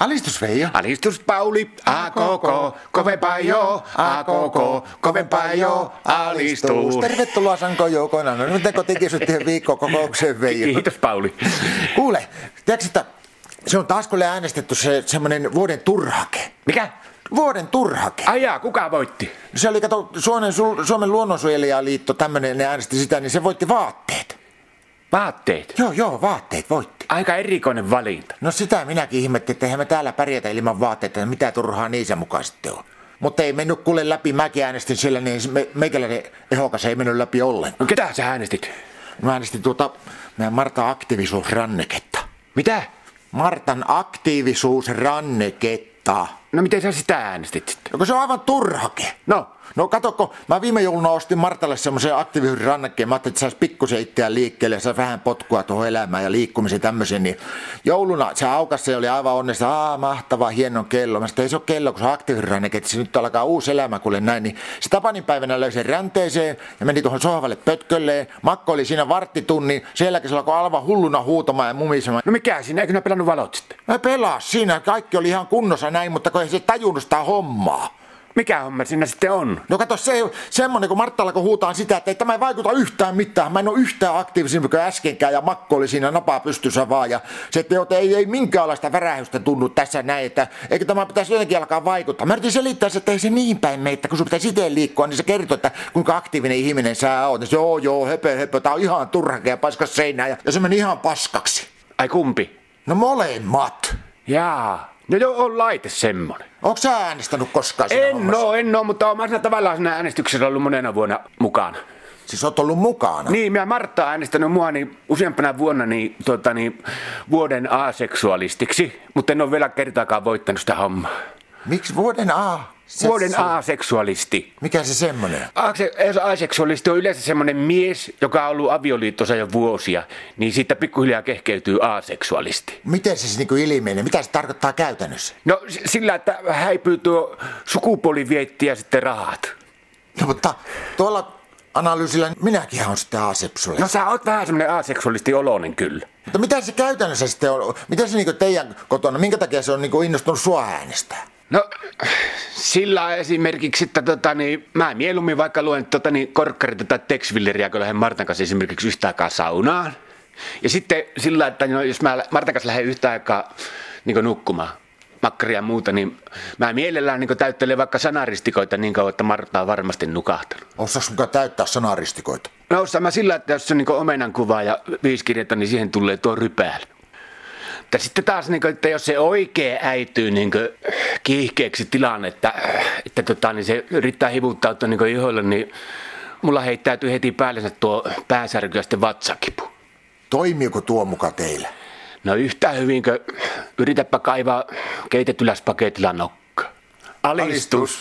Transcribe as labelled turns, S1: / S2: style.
S1: Alistus Veijo.
S2: Alistus Pauli, a koko, kovempaa jo, a koko, kovempaa jo, alistus.
S1: Tervetuloa Sanko Joukoina. No nyt kotikisyttien viikkokokoukseen Veijo.
S2: Kiitos Pauli.
S1: Kuule, tiedätkö, että se on taas kuule äänestetty se semmoinen vuoden turhake.
S2: Mikä?
S1: Vuoden turhake.
S2: Ajaa, kuka voitti?
S1: Se oli, kato, Suomen, Sul- Suomen luonnonsuojelijaliitto, tämmöinen, ne äänesti sitä, niin se voitti vaatteet.
S2: Vaatteet.
S1: Joo, joo, vaatteet voitti.
S2: Aika erikoinen valinta.
S1: No sitä minäkin ihmettelin, että eihän me täällä pärjätä ilman vaatteita, niin mitä turhaa niissä mukaan sitten on. Mutta ei mennyt kuule läpi, mäkin äänestin siellä, niin me, meikäläinen ehokas ei mennyt läpi ollenkaan.
S2: No ketä sä äänestit?
S1: Mä äänestin tuota nää Marta aktiivisuusranneketta.
S2: Mitä?
S1: Martan aktiivisuusranneketta.
S2: No miten sä sitä äänestit sitten?
S1: No kun se on aivan turhake.
S2: No,
S1: No katokko, mä viime jouluna ostin Martalle semmoisen aktiivisuusrannakkeen. Mä ajattelin, että saisi pikkusen itseään liikkeelle ja saisi vähän potkua tuohon elämään ja liikkumiseen tämmöisen. Niin jouluna se aukassa ja oli aivan onnesta. Aa, mahtava, hieno kello. Mä sanoin, että ei se ole kello, kun se on aktiivisuusranneke, että se nyt alkaa uusi elämä kuule näin. Niin se Tapanin päivänä löysin ränteeseen ja meni tuohon sohvalle pötkölleen. Makko oli siinä varttitunnin. Sen jälkeen se alkoi alva hulluna huutamaan ja mumisemaan.
S2: no mikä siinä, eikö ne pelannut valot sitten?
S1: Mä pelas siinä, kaikki oli ihan kunnossa näin, mutta kun ei se tajunnut sitä hommaa.
S2: Mikä homma siinä sitten on?
S1: No kato, se semmonen, kun Marttalla kun huutaan sitä, että ei tämä ei vaikuta yhtään mitään. Mä en ole yhtään aktiivisempi kuin äskenkään ja Makko oli siinä napaa pystyssä vaan. Ja se, että, joo, että ei, ei minkäänlaista värähystä tunnu tässä näin, että eikö tämä pitäisi jotenkin alkaa vaikuttaa. Mä yritin selittää, että ei se niin päin meitä, kun sun pitäisi itse liikkua, niin se kertoo, että kuinka aktiivinen ihminen sä oot. Ja se, joo, joo, höpö, höpö, tää on ihan turhake ja paska seinää. Ja, ja se meni ihan paskaksi.
S2: Ai kumpi?
S1: No molemmat.
S2: Jaa. No joo, on laite semmonen.
S1: Onko sä äänestänyt koskaan siinä
S2: En
S1: hommassa?
S2: oo, en oo, mutta oon mä siinä tavallaan siinä äänestyksessä ollut monena vuonna mukana.
S1: Siis oot ollut mukana.
S2: Niin, minä Martta on äänestänyt mua niin useampana vuonna niin, tota, niin, vuoden aseksualistiksi, mutta en ole vielä kertaakaan voittanut sitä hommaa.
S1: Miksi vuoden A? Se-
S2: Vuoden
S1: se-
S2: aseksualisti.
S1: Mikä se semmonen? on?
S2: Aase- Aseksualisti on yleensä semmoinen mies, joka on ollut avioliitossa jo vuosia, niin siitä pikkuhiljaa kehkeytyy aseksualisti.
S1: Miten se siis niinku ilmenee? Mitä se tarkoittaa käytännössä?
S2: No s- sillä, että häipyy tuo sukupuolivietti ja sitten rahat.
S1: No mutta tuolla analyysillä minäkin on sitten asepsulle.
S2: No
S1: No.
S2: sä oot vähän semmoinen aseksualisti oloinen kyllä.
S1: Mutta mitä se käytännössä sitten on? Miten se niinku teidän kotona, minkä takia se on niinku innostunut sua äänestää?
S2: No sillä esimerkiksi, että tota, niin, mä mieluummin vaikka luen tota, niin, korkkarita tai tekstilleriä, kun lähden Martan kanssa esimerkiksi yhtä aikaa saunaan. Ja sitten sillä, että no, jos mä Martan kanssa lähden yhtä aikaa niin nukkumaan, makkaria ja muuta, niin mä mielellään niin täyttelen vaikka sanaristikoita niin kauan, että Martta on varmasti nukahtanut.
S1: Osas mukaan täyttää sanaristikoita?
S2: No osaan mä sillä, että jos on niin omenan kuva ja viisi kirjainta, niin siihen tulee tuo rypäällä. Tai sitten taas, niin kuin, että jos se oikein äityy niin kuin, kiihkeäksi tilanne, että, että tota, niin se yrittää hivuttautua niin iholle, niin mulla heittäytyy heti päällensä tuo pääsärky ja sitten vatsakipu.
S1: Toimiiko tuo muka teillä?
S2: No yhtä hyvin, kun yritäpä kaivaa keitetyllä spagetilla nokka. Alistus. Alistus.